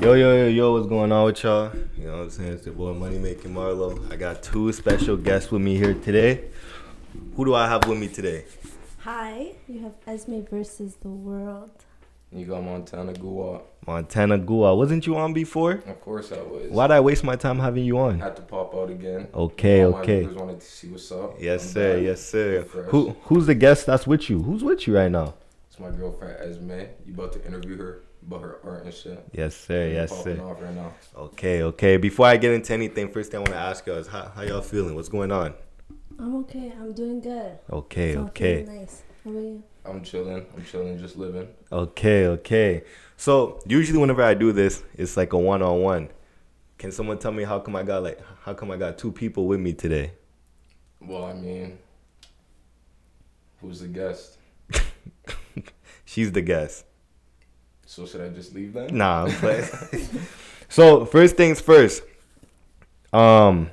Yo, yo, yo, yo, what's going on with y'all? You know what I'm saying? It's your boy Money Making Marlo. I got two special guests with me here today. Who do I have with me today? Hi, you have Esme versus the world. You got Montana Guwap. Montana Gua. Wasn't you on before? Of course I was. Why'd I waste my time having you on? Had to pop out again. Okay, All okay. My viewers wanted to see what's up. Yes, I'm sir. back. Yes, sir. Fresh. Who Who's the guest that's with you? Who's with you right now? It's my girlfriend Esme. You about to interview her about her art and shit. Yes, sir. You Yes, popping sir. off right now. Okay, okay. Before I get into anything, first thing I want to ask y'all is how, how y'all feeling? What's going on? I'm okay. I'm doing good. Okay, So I'm okay. feeling Nice. How are you? I'm chilling. I'm chilling. Just living. Okay, okay. So usually whenever I do this, it's like a one on one. Can someone tell me how come I got like how come I got two people with me today? Well, I mean, who's the guest? She's the guest. So should I just leave then? Nah, but so first things first. Um,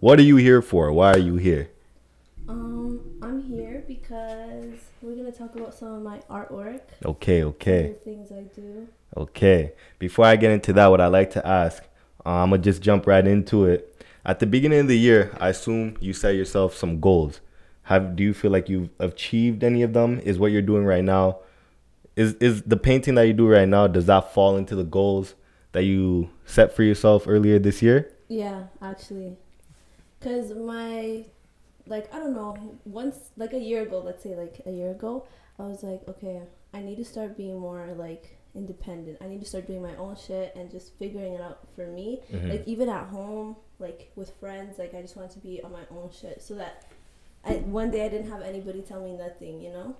what are you here for? Why are you here? Um, I'm here because we're gonna talk about some of my artwork, Okay, okay, the things I do. okay. Before I get into that, what I like to ask, uh, I'm gonna just jump right into it. At the beginning of the year, I assume you set yourself some goals. Have do you feel like you've achieved any of them? Is what you're doing right now? Is is the painting that you do right now? Does that fall into the goals that you set for yourself earlier this year? Yeah, actually, cause my, like I don't know, once like a year ago, let's say like a year ago, I was like, okay, I need to start being more like independent. I need to start doing my own shit and just figuring it out for me. Mm-hmm. like even at home like with friends like i just wanted to be on my own shit so that I, one day i didn't have anybody tell me nothing you know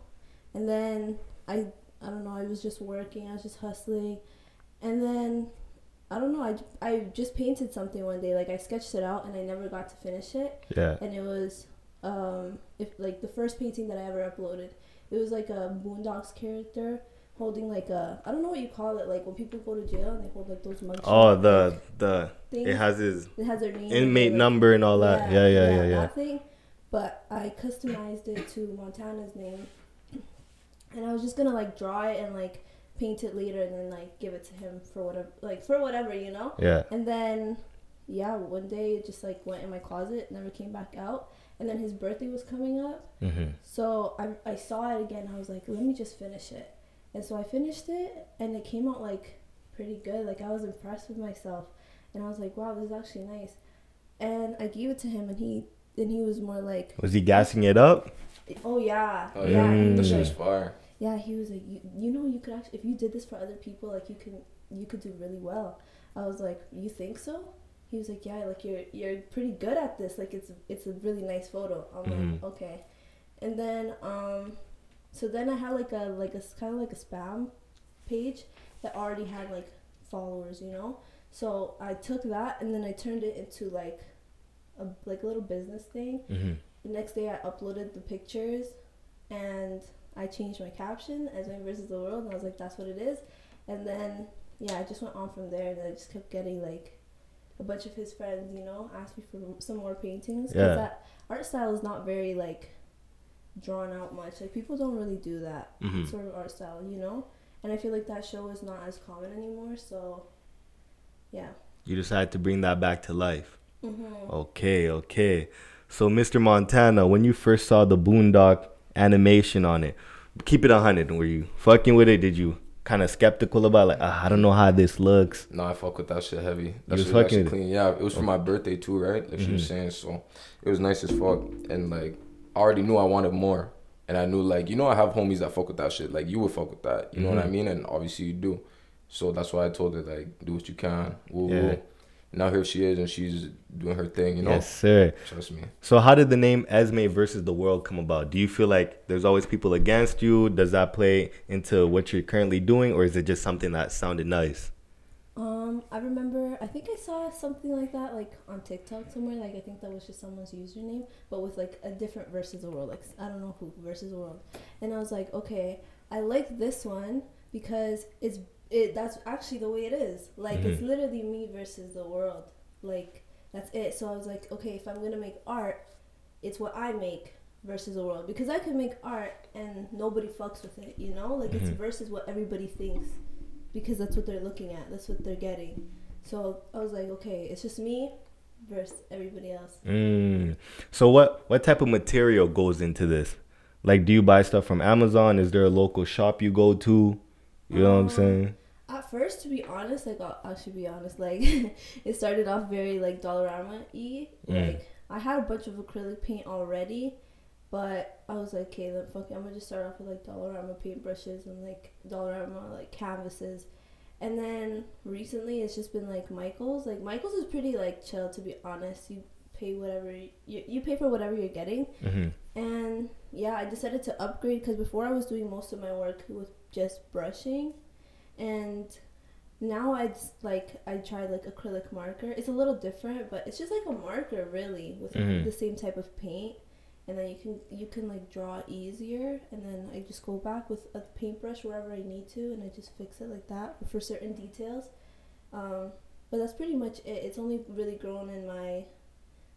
and then i i don't know i was just working i was just hustling and then i don't know i, I just painted something one day like i sketched it out and i never got to finish it Yeah. and it was um if like the first painting that i ever uploaded it was like a boondocks character holding like a i don't know what you call it like when people go to jail and they hold like those mugshots Oh, the the things. it has his It has their name. inmate like- number and all that. Yeah, yeah, yeah, yeah. that thing. But I customized it to Montana's name, and I was just gonna like draw it and like paint it later, and then like give it to him for whatever, like for whatever, you know. Yeah. And then, yeah, one day it just like went in my closet, never came back out. And then his birthday was coming up, Mm-hmm. so I, I saw it again. I was like, let me just finish it. And so I finished it, and it came out like pretty good. Like I was impressed with myself, and I was like, wow, this is actually nice. And I gave it to him, and he and he was more like, Was he gassing it up? oh yeah, Oh yeah, yeah, he this Mm. was shit's like, fire. yeah. He was like, you, you know, you could actually if you did this for other people, like you can you could do really well. I was like, you think so? He was like, yeah, like you're you're pretty good at this. Like it's it's a really nice photo. I'm Mhm. like, okay. And then um, so then I had like a like a kind of like a spam page that already had like followers, you know. So I took that and then I turned it into like a like a little business thing. Mm-hmm. The next day, I uploaded the pictures, and I changed my caption as my versus the world, and I was like, "That's what it is." And then, yeah, I just went on from there, and I just kept getting like a bunch of his friends, you know, asked me for some more paintings because Yeah. that art style is not very like drawn out much. Like people don't really do that Mm-hmm. sort of art style, you know. And I feel like that show is not as common anymore. So, yeah. You decided to bring that back to life. hmm Okay, okay. So, Mr. Montana, when you first saw the Boondock animation on it, keep it 100. Were you fucking with it? Did you kind of skeptical about like, "Ah, I don't know how this looks? No, I fuck with that shit heavy. That You was shit was actually fucking- clean. Yeah, it was for my birthday too, right? Like she was Mm-hmm. saying, so it was nice as fuck. And like, I already knew I wanted more, and I knew like, you know, I have homies that fuck with that shit. Like you would fuck with that, you know Mm-hmm. what I mean? And obviously you do. So that's why I told her like, do what you can. Woo Yeah. woo. Now here she is, and she's doing her thing. You know, Yes, sir. trust me. So, how did the name Esme versus the world come about? Do you feel like there's always people against you? Does that play into what you're currently doing, or is it just something that sounded nice? Um, I remember. I think I saw something like that, like on TikTok somewhere. Like I think that was just someone's username, but with like a different versus the world. Like I don't know who versus the world. And I was like, okay, I like this one because it's it. That's actually the way it is. Like it's literally me versus the world. Like that's it. So I was like, okay, if I'm gonna make art, it's what I make versus the world because I can make art and nobody fucks with it. You know, like it's versus what everybody thinks because that's what they're looking at. That's what they're getting. So I was like, okay, it's just me versus everybody else. Mm. So what what type of material goes into this? Like, do you buy stuff from Amazon? Is there a local shop you go to? You know what I'm Um, saying? At first, to be honest, like I'll, I should be honest, like it started off very like Dollarama y. Mm. Like I had a bunch of acrylic paint already, but I was like, okay, then fuck, it, I'm gonna just start off with like Dollarama paintbrushes and like Dollarama like canvases, and then recently it's just been like Michaels. Like Michaels is pretty like chill, to be honest. You pay whatever you you pay for whatever you're getting. hmm And yeah, I decided to upgrade because before I was doing most of my work with just brushing, and now I just, like I tried like acrylic marker. It's a little different, but it's just like a marker really with Mhm. the same type of paint, and then you can you can like draw easier. And then I just go back with a paintbrush wherever I need to, and I just fix it like that for certain details. Um, but that's pretty much it. It's only really grown in my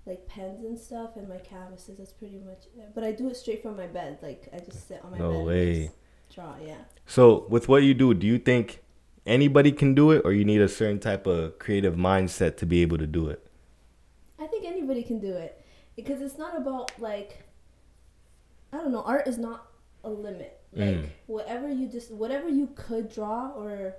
like pens and stuff and my canvases. That's pretty much it. But I do it straight from my bed. Like I just sit on my No bed way. and just draw. Yeah. So with what you do, do you think anybody can do it, or you need a certain type of creative mindset to be able to do it? I think anybody can do it because it's not about like I don't know. Art is not a limit. Like Mm. whatever you just whatever you could draw or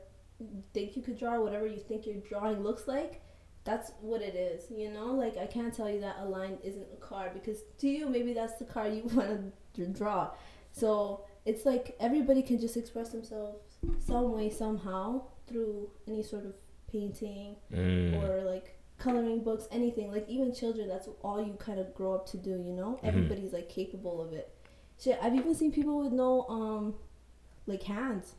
think you could draw, whatever you think your drawing looks like, that's what it is. You know, like I can't tell you that a line isn't a car because to you maybe that's the car you want to draw. So it's like everybody can just express themselves some way somehow through any sort of painting Mm. or like coloring books, anything. Like even children, that's all you kind of grow up to do. You Mm-hmm. know, everybody's like capable of it. Shit, I've even seen people with no um, like hands,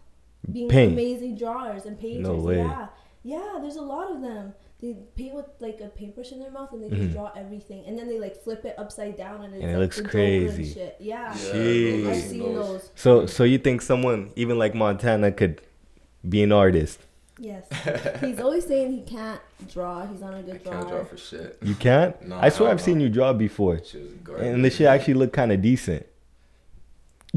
being Paint. amazing drawers and painters. No way. Yeah, yeah. There's a lot of them. They paint with like a paintbrush in their mouth and they just Mhm. draw everything, and then they like flip it upside down and, it's, And it like, looks the Joker and crazy. Shit. Yeah, Yeah, Jeez. I've I've seen those. So so you think someone even like Montana could be an artist? Yes, he's always saying he can't draw. He's not a I good drawer. can't draw for shit. You can't. No, I swear hell I've no. seen you draw before, Shit was garbage. and the shit actually looked kind of decent.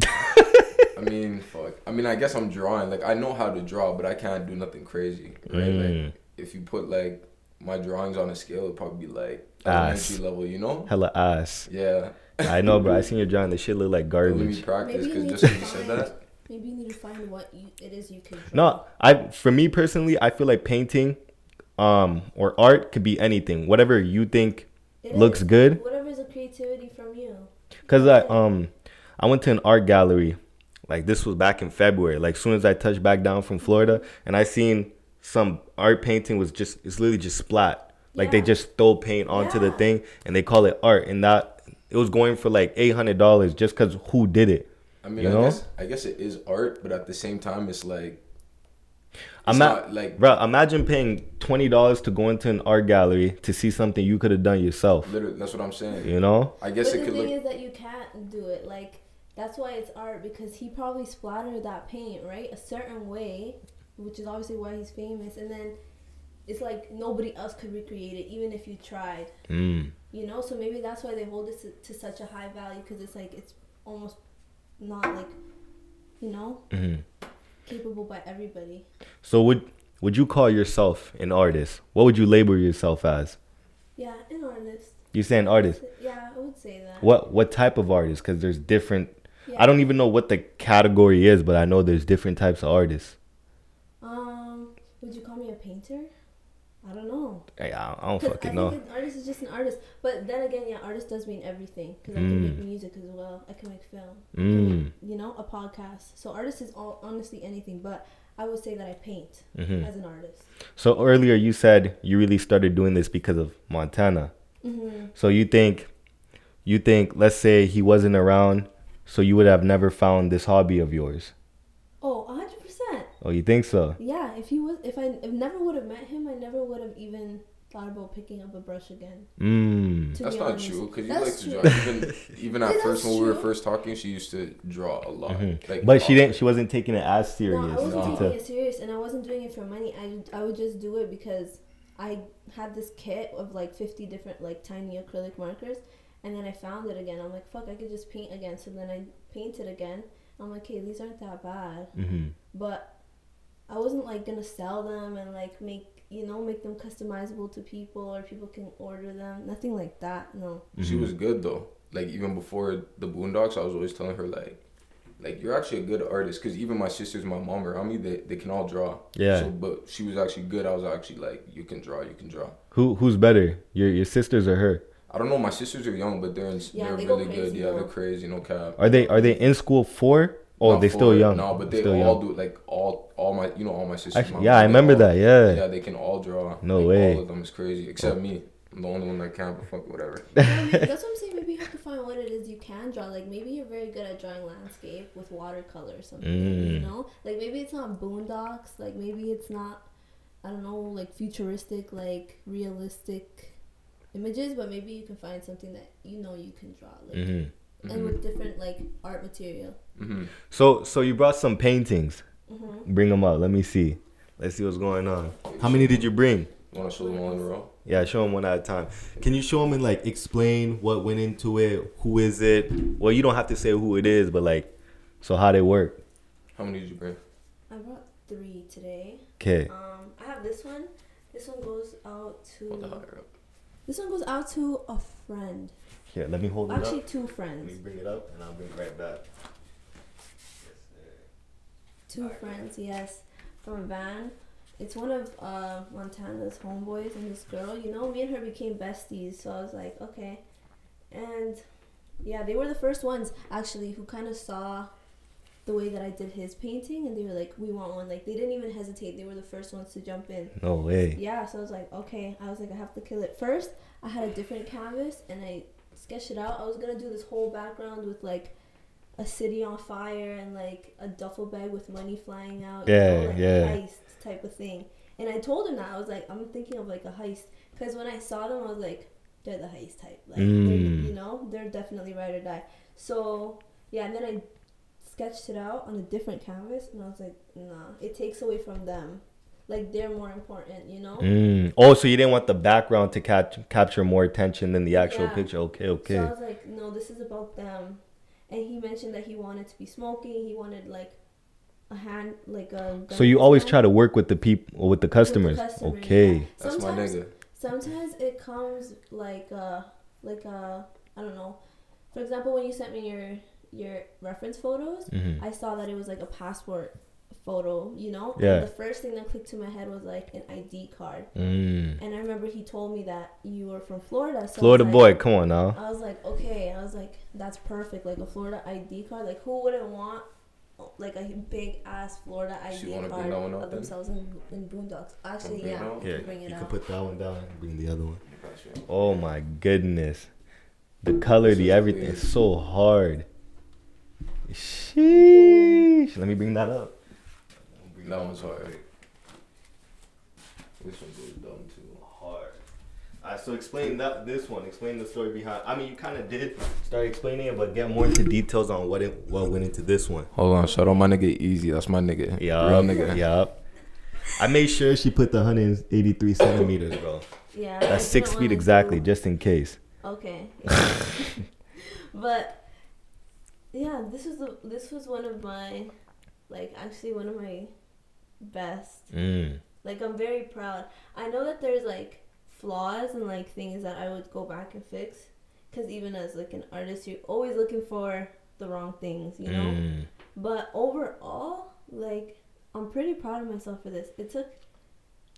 I mean, fuck. I mean, I guess I'm drawing. Like, I know how to draw, but I can't do nothing crazy, right? Mm. Like, if you put like my drawings on a scale, it'd probably be like Ass. elementary level, you know? Hella ass. Yeah. I know, bro. I seen you drawing. The shit look like Let me garbage. practice Maybe you because need just to because you said find- that, Maybe you need to find what you, it is you can draw. No, I for me personally, I feel like painting, um, or art could be anything. Whatever you think It looks is. good. Whatever's a creativity from you. Cause I um I went to an art gallery, like this was back in February. Like soon as I touched back down from Florida, and I seen some art painting was just it's literally just splat. Like they Yeah. just throw paint onto the Yeah. thing and they call it art. And that it was going for like eight hundred dollars just cause who did it. I mean, You I know? guess I guess it is art, but at the same time, it's like I'm not, It's not, like- bro. Imagine paying twenty dollars to go into an art gallery to see something you could have done yourself. literally that's what I'm saying. You know? I guess but it the could thing look. is that you can't do it. Like that's why it's art because he probably splattered that paint right a certain way, which is obviously why he's famous. And then it's like nobody else could recreate it, even if you tried. Mm. You know, so maybe that's why they hold it to, to such a high value because it's like it's almost not like you know hmm capable by everybody. So would would you call yourself an artist? What would you label yourself as? Yeah, an artist. You say an artist. Yeah, I would say that. What what type of artist? Because there's different. Yeah. I don't even know what the category is, but I know there's different types of artists. Um, would you call me a painter? I don't know. Hey, I, I don't 'Cause I fucking know. think an artist is just an artist. But then again, yeah, artist does mean everything. Because I can Mm. make music as well. I can make film. I can Mm. make, you know, a podcast. So artist is all honestly anything. But I would say that I paint Mhm. as an artist. So earlier you said you really started doing this because of Montana. hmm So you think, you think, let's say he wasn't around, so you would have never found this hobby of yours. Oh, a hundred percent. Oh, you think so? Yeah. If he was, if I if never would have met him, I never would have even thought about picking up a brush again. Mm. To That's be not honest. true because you That's like to true. draw. Even even at That's first when we were true. first talking, she used to draw a lot. Like, Mm-hmm. But she a lot. didn't. She wasn't taking it as serious. No, I wasn't You No. could taking it serious, and I wasn't doing it for money. I, I would just do it because I had this kit of like 50 different like tiny acrylic markers, and then I found it again. I'm like, fuck, I could just paint Mm-hmm. again. So then I painted again. I'm like, hey, these aren't that bad, tell. Mhm. but I wasn't like gonna sell them and like make you know make them customizable to people or people can order them. Nothing like that. No. She Mm-hmm. was good though. Like even before the Boondocks, I was always telling her like, like you're actually a good artist because even my sisters, my mom around me, they, they can all draw. Yeah. So, but she was actually good. I was actually like, you can draw, you can draw. Who who's better? Your your sisters or her? I don't know. My sisters are young, but they're in, Yeah, they're they go really good. crazy Yeah, now. they're crazy. No cap. Are they are they in school for? Oh, Not they still for- young. No, but they still all do like all all my you know all my sisters. Actually, my yeah, I they remember all- that, yeah. Yeah, they can all draw. No Like, way. All of them is crazy except me. I'm the only one that can't. But fuck it, whatever. Yeah, maybe- that's what I'm saying. Maybe you have to find what it is you can draw. Like maybe you're very good at drawing landscape with watercolor or something. You Mm. know, like maybe it's not boondocks. Like maybe it's not, I don't know, like futuristic, like realistic images. But maybe you can find something that you know you can draw, like Mhm. and with different like art material. hmm So so you brought some paintings. hmm Bring them up. Let me see. Let's see what's going on. How many did you bring? You want to show them all in a row? Yeah, show them one at a time. Can you show them and like explain what went into it? Who is it? Well, you don't have to say who it is, but like, so how they work? How many did you bring? I brought three today. Okay. Um, I have this one. This one goes out Hold to. the higher up. This one goes out to a friend. Here, let me hold it Actually, up. two Let me friends. bring it up, and I'll bring it right back. Two friends, yes, from a van. It's one of uh, Montana's homeboys and this girl. You know, me and her became besties, so I was like, okay. And yeah, they were the first ones actually who kind of saw the way that I did his painting, and they were like, we want one. Like, they didn't even hesitate, they were the first ones to jump in. No way. Yeah, so I was like, okay. I was like, I have to kill it. First, I had a different canvas and I sketched it out. I was gonna do this whole background with like a city on fire and like a duffel bag with money flying out. you know, Yeah, like yeah. A heist type of thing. And I told him that I was like, I'm thinking of like a heist because when I saw them, I was like, they're the heist type. Like, they're- Mm. you know, they're definitely ride or die. So yeah, and then I sketched it out on a different canvas, and I was like, nah, it takes away from them. Like they're more important, you know. Mm. Oh, so you didn't want the background to catch capture more attention than the actual Yeah. picture? Okay, okay. So I was like, no, this is about them. And he mentioned that he wanted to be smoking. He wanted like a hand, like a. gun So you in his always hand try to work with the people, with the customers. with the customer, okay. yeah. That's Sometimes- my nigga. Sometimes it comes like a like a I don't know. For example, when you sent me your your reference photos, Mhm. I saw that it was like a passport photo, you know? Yeah. And the first thing that clicked to my head was like an ID card. Mm. And I remember he told me that you were from Florida. So I Florida was like- boy, come on now. I was like, okay. I was like, that's perfect. Like a Florida ID card. Like who wouldn't want like a big ass Florida ID She wanna bring card that one out of then? themselves in, in Boondocks? Actually, bring it yeah, out? we can bring it out. put that one down and bring the other one. Gotcha. Oh my goodness. The color, the everything is so hard. Sheesh. Let me bring that up. That one's hard. This one goes down too. Hard. Alright, so explain that this one. Explain the story behind. I mean, you kind of did start explaining it, but get more into details on what it, what went into this one. Hold on, shout out my nigga Easy. That's my nigga. Yeah. Real nigga. Yup. I made sure she put the 183 centimeters, bro. Yeah, I That's six didn't feet wanna exactly, do- just in case. Okay. but yeah, this was the, this was one of my like actually one of my best. Mm. Like I'm very proud. I know that there's like flaws and like things that I would go back and fix cuz even as like an artist you're always looking for the wrong things, you know? Mm. But overall, like I'm pretty proud of myself for this. It took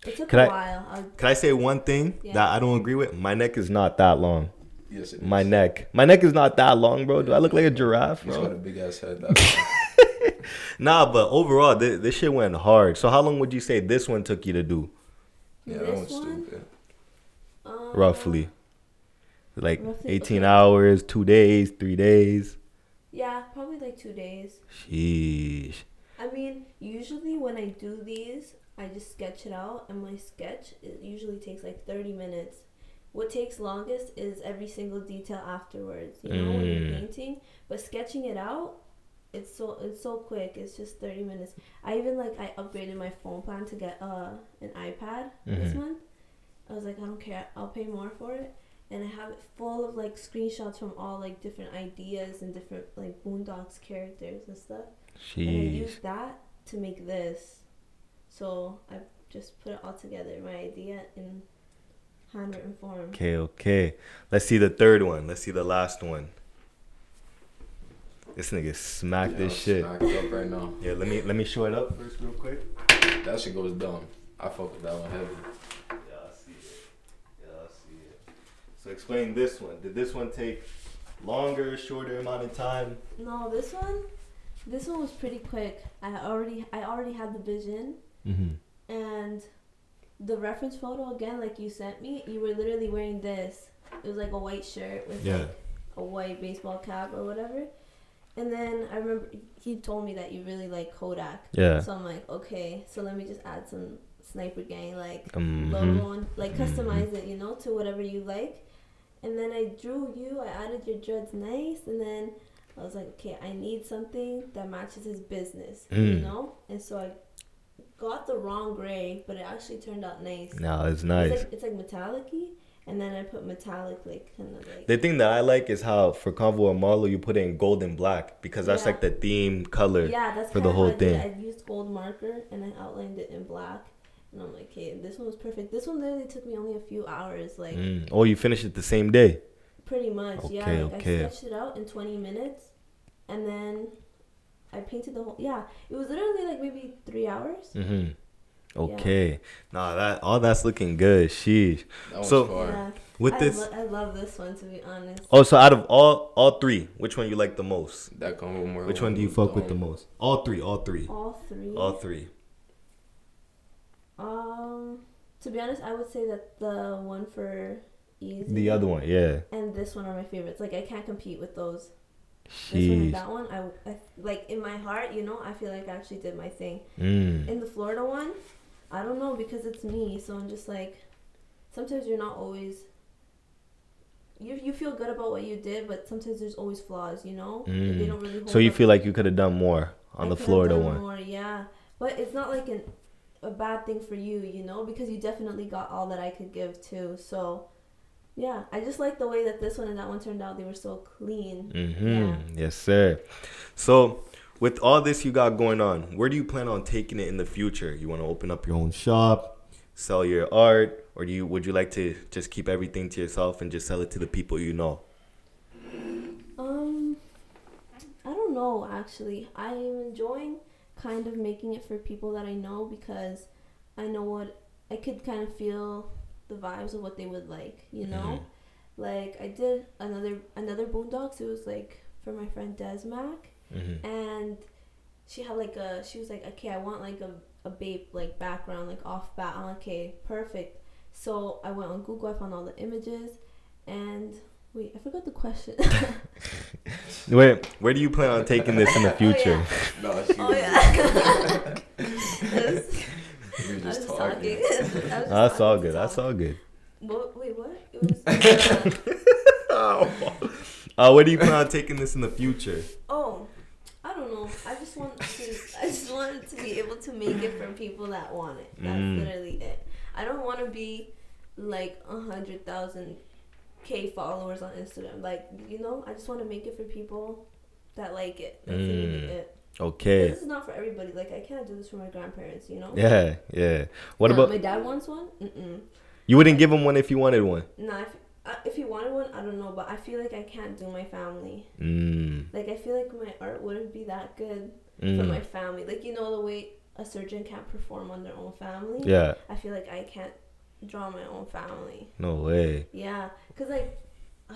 it took Can a I- while. I, Can I say one thing Yeah. that I don't agree with? My neck is not that long. Yes, it My is. neck. My neck is not that long, bro. Do I look like a giraffe, He's got a bro? big ass head. That's Nah, but overall, this, this shit went hard. So how long would you say this one took you to do, yeah, that This one's one? stupid. um, roughly? Like Roughly, 18 okay. hours, two days, three days. Yeah, probably like 2 days. Sheesh. I mean, usually when I do these, I just sketch it out, and my sketch it usually takes like 30 minutes. What takes longest is every single detail afterwards, you know, when you're Mm. painting. But sketching it out, it's so it's so quick. It's just 30 minutes. I even like I upgraded my phone plan to get uh an iPad this Mhm. month. I was like, I don't care. I'll pay more for it. And I have it full of like screenshots from all like different ideas and different like Boondocks characters and stuff and I Sheesh. used that to make this. So I just put it all together, my idea in handwritten form. Okay, okay. Let's see the third one. Let's see the last one. This nigga smacked Yeah, this shit. smacked up right now. Yeah, let me let me show it up first real quick. That shit goes dumb. I fuck with that one heavy. Yeah, I see it. Yeah, I see it. So explain this one. Did this one take longer, shorter amount of time? No, this one, this one was pretty quick. I already, I already had the vision Mm-hmm. and the reference photo again, like you sent me. You were literally wearing this. It was like a white shirt with Yeah. like a white baseball cap or whatever. And then I remember he told me that you really like Kodak. Yeah. So I'm like, okay, so let me just add some sniper gang like Mhm. logo and like customize it, you know, to whatever you like. And then I drew you, I added your dreads nice, and then I was like, okay, I need something that matches his business, you Mm. know. And so I got the wrong gray, but it actually turned out nice. No, it's It's nice. like, it's like metallic-y, and then I put metallic like kind of like. The thing that I like is how for Convo and Marlo you put it in gold and black because that's Yeah. like the theme color. yeah, that's for the kinda whole how I did it. thing. I used gold marker and I outlined it in black, and I'm like, okay, this one was perfect. This one literally took me only a few hours, like Mm. Oh, you finished it the same day. pretty much. Okay, yeah, like okay. I sketched it out in 20 minutes, and then I painted the whole. Yeah, it was literally like maybe three hours. Mm-hmm. Okay. Nah, that all that's looking good. Sheesh. That one's So- far. Yeah, With I, this. lo- I love this one to be honest. Oh, so out of all all three, which one you like the most? That combo more. Which one do you fuck with the most? All three. All three. Oh. All three. All three. um, to be honest, I would say that the one for easy. The other one, yeah. And this one are my favorites. Like I can't compete with those. This one and Sheesh. that one, I, I like in my heart, you know, I feel like I actually did my thing. Mm. In the Florida one, I don't know because it's me, so I'm just like, sometimes you're not always. You you feel good about what you did, but sometimes there's always flaws, you know. They Mm. don't really. Hold So you up. feel like you could have done more on I the could've Florida done one. More, yeah, but it's not like an a bad thing for you, you know, because you definitely got all that I could give too. So, yeah, I just like the way that this one and that one turned out. They were so clean. Mm-hmm. Yeah. Yes, sir. So, with all this you got going on, where do you plan on taking it in the future? You want to open up your own shop, sell your art, or do you would you like to just keep everything to yourself and just sell it to the people you know? Um, I don't know actually. I am enjoying kind of making it for people that I know because I know what I could kind of feel the vibes of what they would like, you know? Like I did another another Boondocks. It was like for my friend Desmac Mm-hmm. and she had like a she was like okay i want like a, a babe like background like off bat i'm like, okay perfect so i went on google i found all the images and wait i forgot the question Where Where do you plan on taking this in the future? No, she oh was yeah just, you were i was just talking. I was just That's all talking to good. That's talk. all good. what, wait what it was uh, Uh, where do you plan on taking this in the future? oh i don't know i just want to i just wanted to be able to make it for people that want it that's Mm. literally it i don't want to be like a hundred thousand k followers on instagram like you know i just want to make it for people that like it that's literally Mm. it Okay. this is not for everybody like i can't do this for my grandparents you know Yeah, yeah. What Nah, about my dad wants one Mm-mm. you? Wouldn't give him one if you wanted one. nah if, uh, if he wanted one i don't know but i feel like i can't do my family Mm, like i feel like my art wouldn't be that good for my mm, family. Like you know the way a surgeon can't perform on their own family. yeah. I feel like I can't draw my own family. No way. Yeah, cause like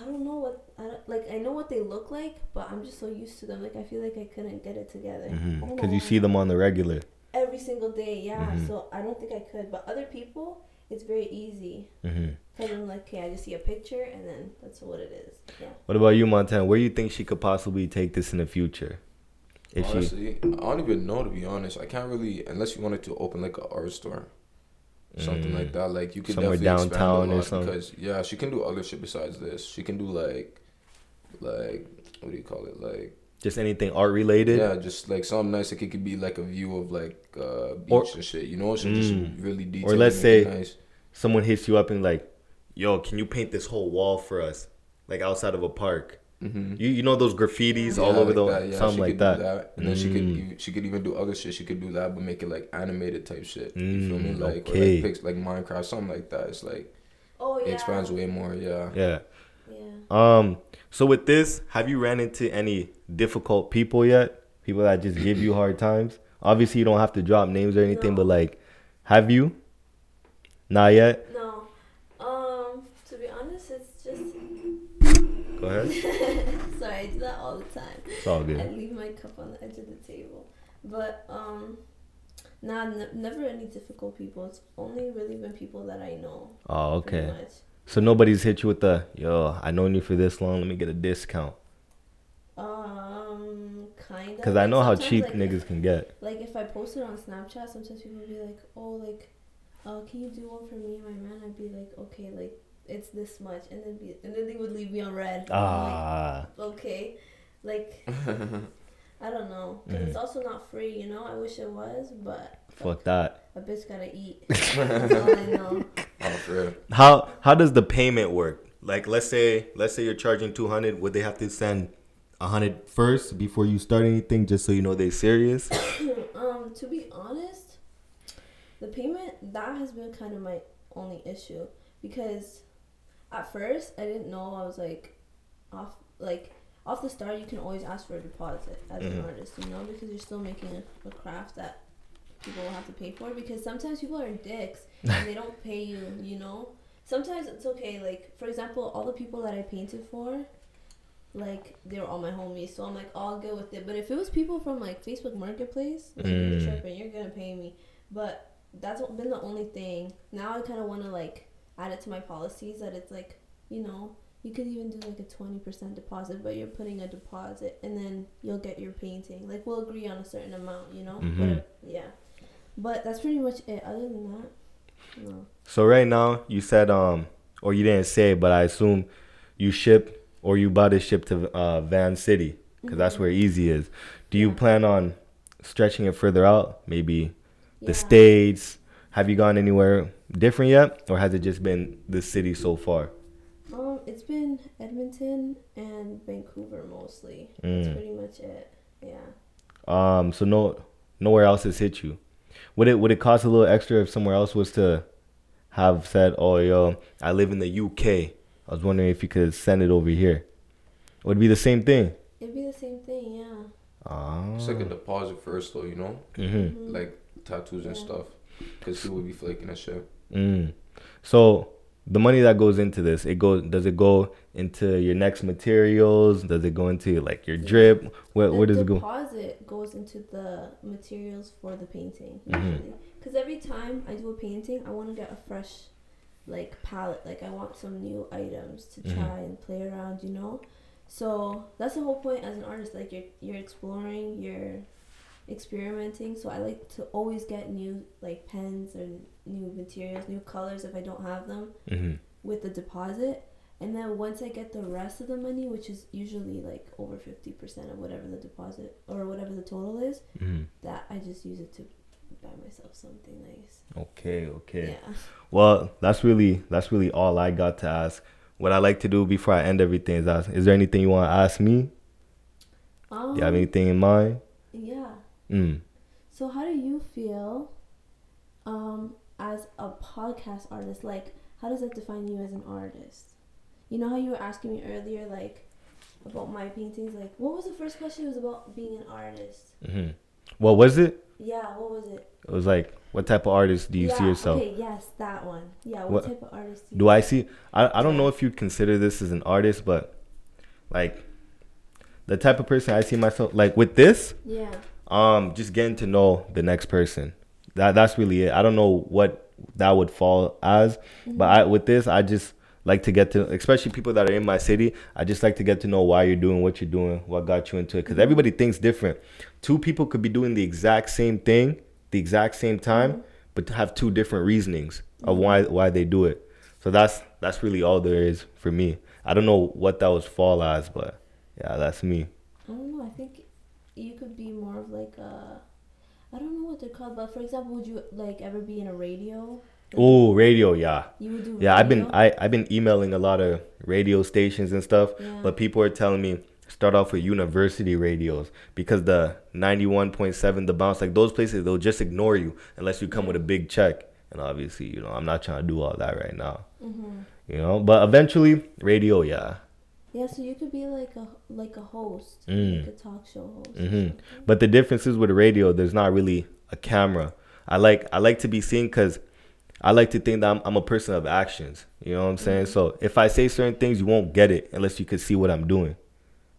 I don't know what I don't, like I know what they look like, but I'm just so used to them. Like I feel like I couldn't get it together. I don't Because know Mm-hmm. you why. see them on the regular. every single day. Yeah, Mhm. so I don't think I could. But other people, it's very easy. Mm-hmm. Cause I'm like, okay, I just see a picture, and then that's what it is. Yeah. What about you, Montana? Where you think she could possibly take this in the future? If she Honestly, I don't even know to be honest. I can't really unless you wanted to open like an art store, something Mm. like that. Like you could Somewhere definitely expand a downtown or lot something. Because yeah, she can do other shit besides this. She can do like, like what do you call it? Like just anything art related, yeah, just like something nice. Like it could be like a view of like uh, beach Or- and shit. You know, so just Mm. really detailed. Or let's and make it say- nice. someone hits you up and like, yo, can you paint this whole wall for us, like outside of a park? Mm-hmm. You you know those graffitis all over the something like that. And then she could Mm. e- she could even do other shit. She could do that, but make it like animated type shit. you feel me? Mm, Like okay. or like, pics, like Minecraft, something like that. It's like Oh it yeah. expands way more. Yeah. Yeah. Yeah. Um. So with this, have you ran into any difficult people yet? People that just give you hard times. Obviously, you don't have to drop names or anything, but No. like, have you? Not yet. No. Um. To be honest, it's just. Go ahead. Sorry, I do that all the time. It's all I good. leave my cup on the edge of the table. But um, nah, n- never any difficult people. It's only really been people that I know. Oh, pretty okay. Much. So nobody's hit you with the yo. I known you for this long. Let me get a discount Um, kind of. because I Like, know how sometimes, cheap like, niggas can get. Like if I post it on Snapchat, sometimes people would be like, "Oh, like, uh, can you do one for me and my man?" I'd be like, "Okay, like it's this much," and then be, and then they would leave me on red. I'm Ah. like, okay, like I don't know. 'Cause It's also not free, you know. I wish it was, but Fuck that. a bitch gotta eat. That's all I know. Oh, for real. How how does the payment work? Like let's say let's say you're charging 200, would they have to send 100 first before you start anything just so you know they serious? um, to be honest, the payment that has been kind of my only issue because at first I didn't know I was like off like off the start you can always ask for a deposit as an Mhm. artist, you know, because you're still making a, a craft that people will have to pay for because sometimes people are dicks and they don't pay you, you know? Sometimes it's okay, like for example, all the people that I painted for like they were all my homies, so I'm like all good with it. But if it was people from like Facebook Marketplace, like you're Mm. tripping, you're gonna pay me. But that's been the only thing. Now I kind of want to like add it to my policies that it's like you know you could even do like a twenty percent deposit, but you're putting a deposit and then you'll get your painting. Like we'll agree on a certain amount, you know. Mhm. But, yeah, but that's pretty much it. Other than that, no. So right now you said um or you didn't say but I assume you ship or you bought a ship to uh, Van City because that's where easy is. Do you Mm-hmm. Yeah. plan on stretching it further out? Maybe the Yeah. states? Have you gone anywhere different yet or has it just been the city so far? Um, it's been Edmonton and Vancouver mostly. Mm. That's pretty much it. Yeah. Um, so no, nowhere else has hit you. Would it would it cost a little extra if somewhere else was to have said, "Oh, yo, I live in the UK. I was wondering if you could send it over here." It would be the same thing. It'd be the same thing, yeah. Ah. It's like a deposit first, though. You know, Mhm. Mhm. like tattoos and Yeah. stuff, because people be flaking and shit. Mm. So the money that goes into this, it goes. Does it go into your next materials? Does it go into like your drip? Where The where does it go? deposit goes into the materials for the painting Mhm. usually. Because every time I do a painting, I want to get a fresh, like palette. Like I want some new items to Mhm. try and play around. You know, so that's the whole point as an artist. Like you're you're exploring, you're experimenting. So I like to always get new like pens or new materials, new colors if I don't have them. hmm with the deposit and then once i get the rest of the money which is usually like over 50% of whatever the deposit or whatever the total is hmm that i just use it to buy myself something nice Okay. Okay. yeah Well, that's really that's really all I got to ask. What I like to do before I end everything is ask: Is there anything you want to ask me? um, Do you have anything in mind? yeah Mm. so how do you feel um as a podcast artist like how does that define you as an artist you know how you were asking me earlier like about my paintings like what was the first question it was about being an artist hmm What was it? yeah what was it It was like, what type of artist do you see Yeah, yourself? Okay, yes, that one. Yeah, what, What- type of artist do you Do I see? I, I don't know if you'd consider this as an artist, but like the type of person I see myself like with this, Yeah. um, just getting to know the next person. That that's really it. I don't know what that would fall as, but I with this, I just like to get to, especially people that are in my city. I just like to get to know why you're doing what you're doing, what got you into it, because everybody thinks different. Two people could be doing the exact same thing, the exact same Mm-hmm. time, but to have two different reasonings of why why they do it. So that's that's really all there is for me. I don't know what that was fall as, but yeah, that's me. I don't know. I think you could be more of like a. I don't know what they're called, but for example, would you like ever be in a radio? Oh, radio, yeah. You would do Yeah, I've been radio? I, I've been emailing a lot of radio stations and stuff, Yeah. but people are telling me start off with university radios because the ninety one point seven, the bounce, like those places, they'll just ignore you unless you come with a big check. And obviously, you know, I'm not trying to do all that right now. Mm-hmm. You know, but eventually, radio, yeah. Yeah, so you could be like a like a host, Mm. like a talk show host. hmm But the difference is with radio, there's not really a camera. I like I like to be seen because I like to think that I'm, I'm a person of actions. You know what I'm saying? So if I say certain things, you won't get it unless you can see what I'm doing.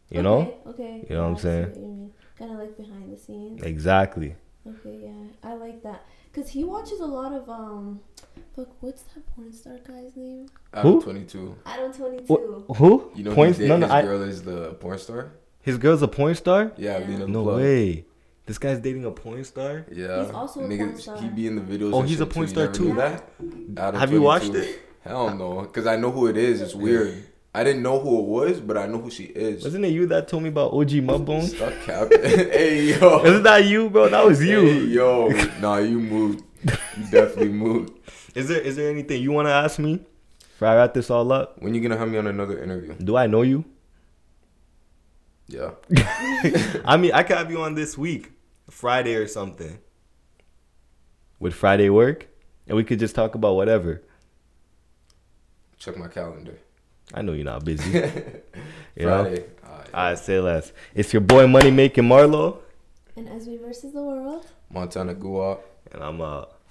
You know? Okay. okay. You know what I'm saying? Kind of like behind the scenes. Exactly. Okay, yeah, I like that. Cause he watches a lot of um, fuck, what's that porn star guy's name? Who? I'm 22. Adam Twenty Wh- Two. Who? You know who Porn- did no, no, his I- girl is the porn star? His girl's a porn star? Yeah, Yeah. Lena the No plug. way. This guy's dating a porn star? Yeah. He's also a Nigga, porn star. He be in the videos. Oh, and he's a shit, porn you star never knew too? That? Out of Have you watched 22. it? Hell no, because I know who it is. It's weird. I didn't know who it was, but I know who she is. Wasn't it you that told me about OG Mudbone? Stop capping. hey yo. Isn't that you, bro? That was Hey, you. yo. Nah, you moved. You definitely moved. Is there is there anything you wanna ask me? Before I wrap this all up? When you gonna have me on another interview? Do I know you? Yeah. I mean, I could have you on this week, Friday or something. Would Friday work? And we could just talk about whatever. Check my calendar. I know you're not busy. you know? Friday. Alright. I say less. It's your boy Money Making Marlo, And as we versus the world. Montana Guap. and I'm out.